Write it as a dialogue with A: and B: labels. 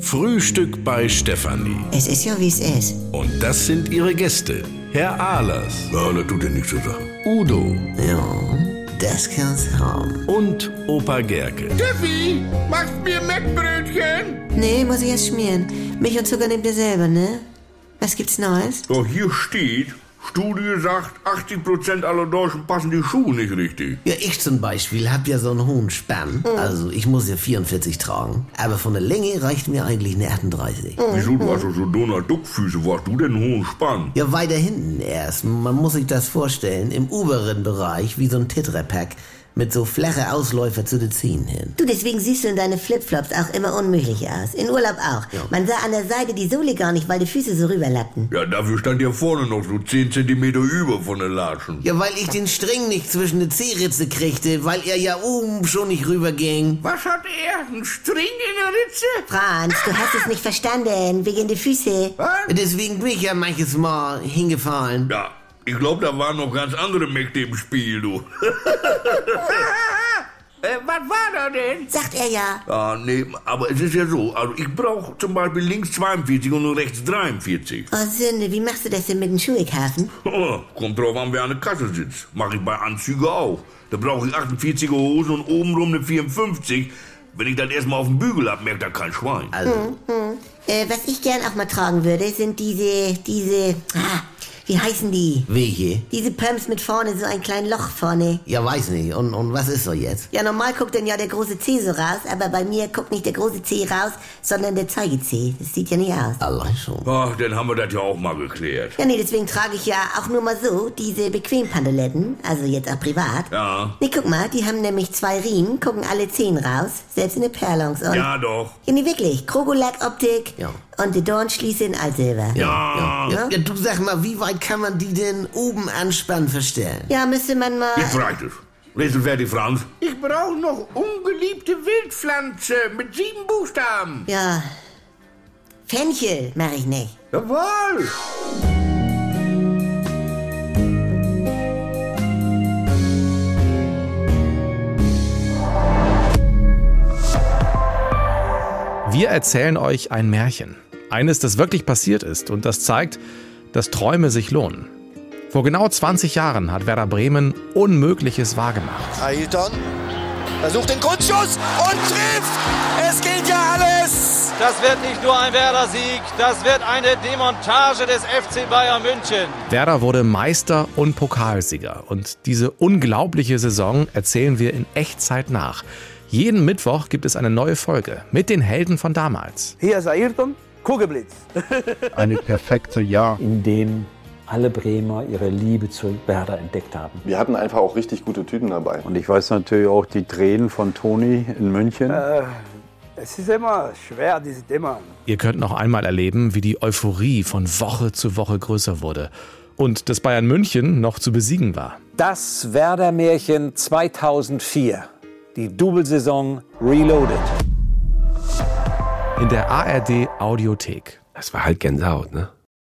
A: Frühstück bei Stefanie.
B: Es ist ja, wie es ist.
A: Und das sind ihre Gäste. Herr Ahlers,
C: Ja, das tut dir nichts zu sagen.
A: Udo
B: Ja, das kann's haben.
A: und Opa Gerke.
D: Tiffy, machst mir Mettbrötchen?
B: Nee, muss ich jetzt schmieren. Milch und Zucker nehmt ihr selber, ne? Was gibt's Neues?
C: Doch hier steht, Studie sagt, 80% aller Deutschen passen die Schuhe nicht richtig.
E: Ja, ich zum Beispiel hab ja so einen hohen Spann.
B: Hm.
E: Also ich muss ja 44 tragen. Aber von der Länge reicht mir eigentlich eine 38.
B: Hm.
C: Wieso, du hast doch so Donald Duck-Füße, wo hast du denn einen hohen Spann?
E: Ja, weiter hinten erst. Man muss sich das vorstellen. Im oberen Bereich wie so ein Tetrapack mit so flache Ausläufer zu den Zehen hin.
F: Du, deswegen siehst du in deine Flipflops auch immer unmöglich aus. In Urlaub auch. Man sah an der Seite die Sohle gar nicht, weil die Füße so rüberlappten.
C: Ja, dafür stand ja vorne noch so 10 cm über von den Latschen.
E: Ja, weil ich den String nicht zwischen die Zehritze kriegte, weil er ja oben schon nicht rüberging.
D: Was hat er? Ein String in der Ritze?
F: Franz, du hast es nicht verstanden. Wegen der Füße.
E: Deswegen bin ich ja manches Mal hingefallen.
C: Ja, ich glaube, da waren noch ganz andere Mächte im Spiel, du.
D: Äh, was war da denn?
F: Sagt er ja.
C: ah, nee, aber es ist ja so, also ich brauche zum Beispiel links 42 und nur rechts 43.
F: Oh Sünde, wie machst du das denn mit dem Schuhekaufen?
C: Oh, kommt drauf an, wer an der Kasse sitzt. Mache ich bei Anzüge auch. Da brauche ich 48er Hosen und obenrum eine 54. Wenn ich dann erstmal auf den Bügel hab, merkt da kein Schwein.
B: Hm.
E: Also,
F: Äh, was ich gern auch mal tragen würde, sind diese, diese, ah, wie heißen die?
E: welche?
F: Diese Pumps mit vorne, so ein kleines Loch vorne.
E: Ja, weiß nicht. Und, und was ist so jetzt?
F: Ja, normal guckt denn ja der große Zeh so raus, aber bei mir guckt nicht der große Zeh raus, sondern der Zeigezeh. Das sieht ja nicht aus.
E: Allein schon.
C: Ach, dann haben wir das ja auch mal geklärt.
F: Ja, nee, deswegen trage ich ja auch nur mal so diese Bequempantaletten, also jetzt auch privat.
C: Ja.
F: Nee, guck mal, die haben nämlich zwei Riemen, gucken alle zehn raus, selbst in den Perlons und...
C: Ja, doch.
F: Ja, nee, wirklich, Krogolack-Optik
E: Ja.
F: und die Dornschließe in Altsilber.
C: Ja.
E: Ja, ja, du sag mal, wie weit kann man die denn oben anspannen verstellen?
F: Ja, müsste man mal...
C: Jetzt reicht es. Lesen fertig, Franz.
D: Ich brauche noch ungeliebte Wildpflanze mit sieben Buchstaben.
F: Ja. Fenchel mache ich nicht.
D: Jawohl.
G: Wir erzählen euch ein Märchen. Eines, das wirklich passiert ist und das zeigt, dass Träume sich lohnen. Vor genau 20 Jahren hat Werder Bremen Unmögliches wahrgemacht.
H: Ailton versucht den Grundschuss und trifft. Es gilt ja alles.
I: Das wird nicht nur ein Werder-Sieg, das wird eine Demontage des FC Bayern München.
G: Werder wurde Meister und Pokalsieger. Und diese unglaubliche Saison erzählen wir in Echtzeit nach. Jeden Mittwoch gibt es eine neue Folge mit den Helden von damals.
J: Hier ist Ayrton, Kugelblitz.
K: eine perfekte Jahr.
L: in dem alle Bremer ihre Liebe zu Werder entdeckt haben.
H: Wir hatten einfach auch richtig gute Tüten dabei.
K: Und ich weiß natürlich auch die Tränen von Toni in München.
J: Es ist immer schwer, diese Thema.
G: Ihr könnt noch einmal erleben, wie die Euphorie von Woche zu Woche größer wurde und dass Bayern München noch zu besiegen war.
L: Das Werder-Märchen 2004. Die Doublesaison Reloaded.
G: In der ARD Audiothek.
I: Das war halt Gänsehaut, ne?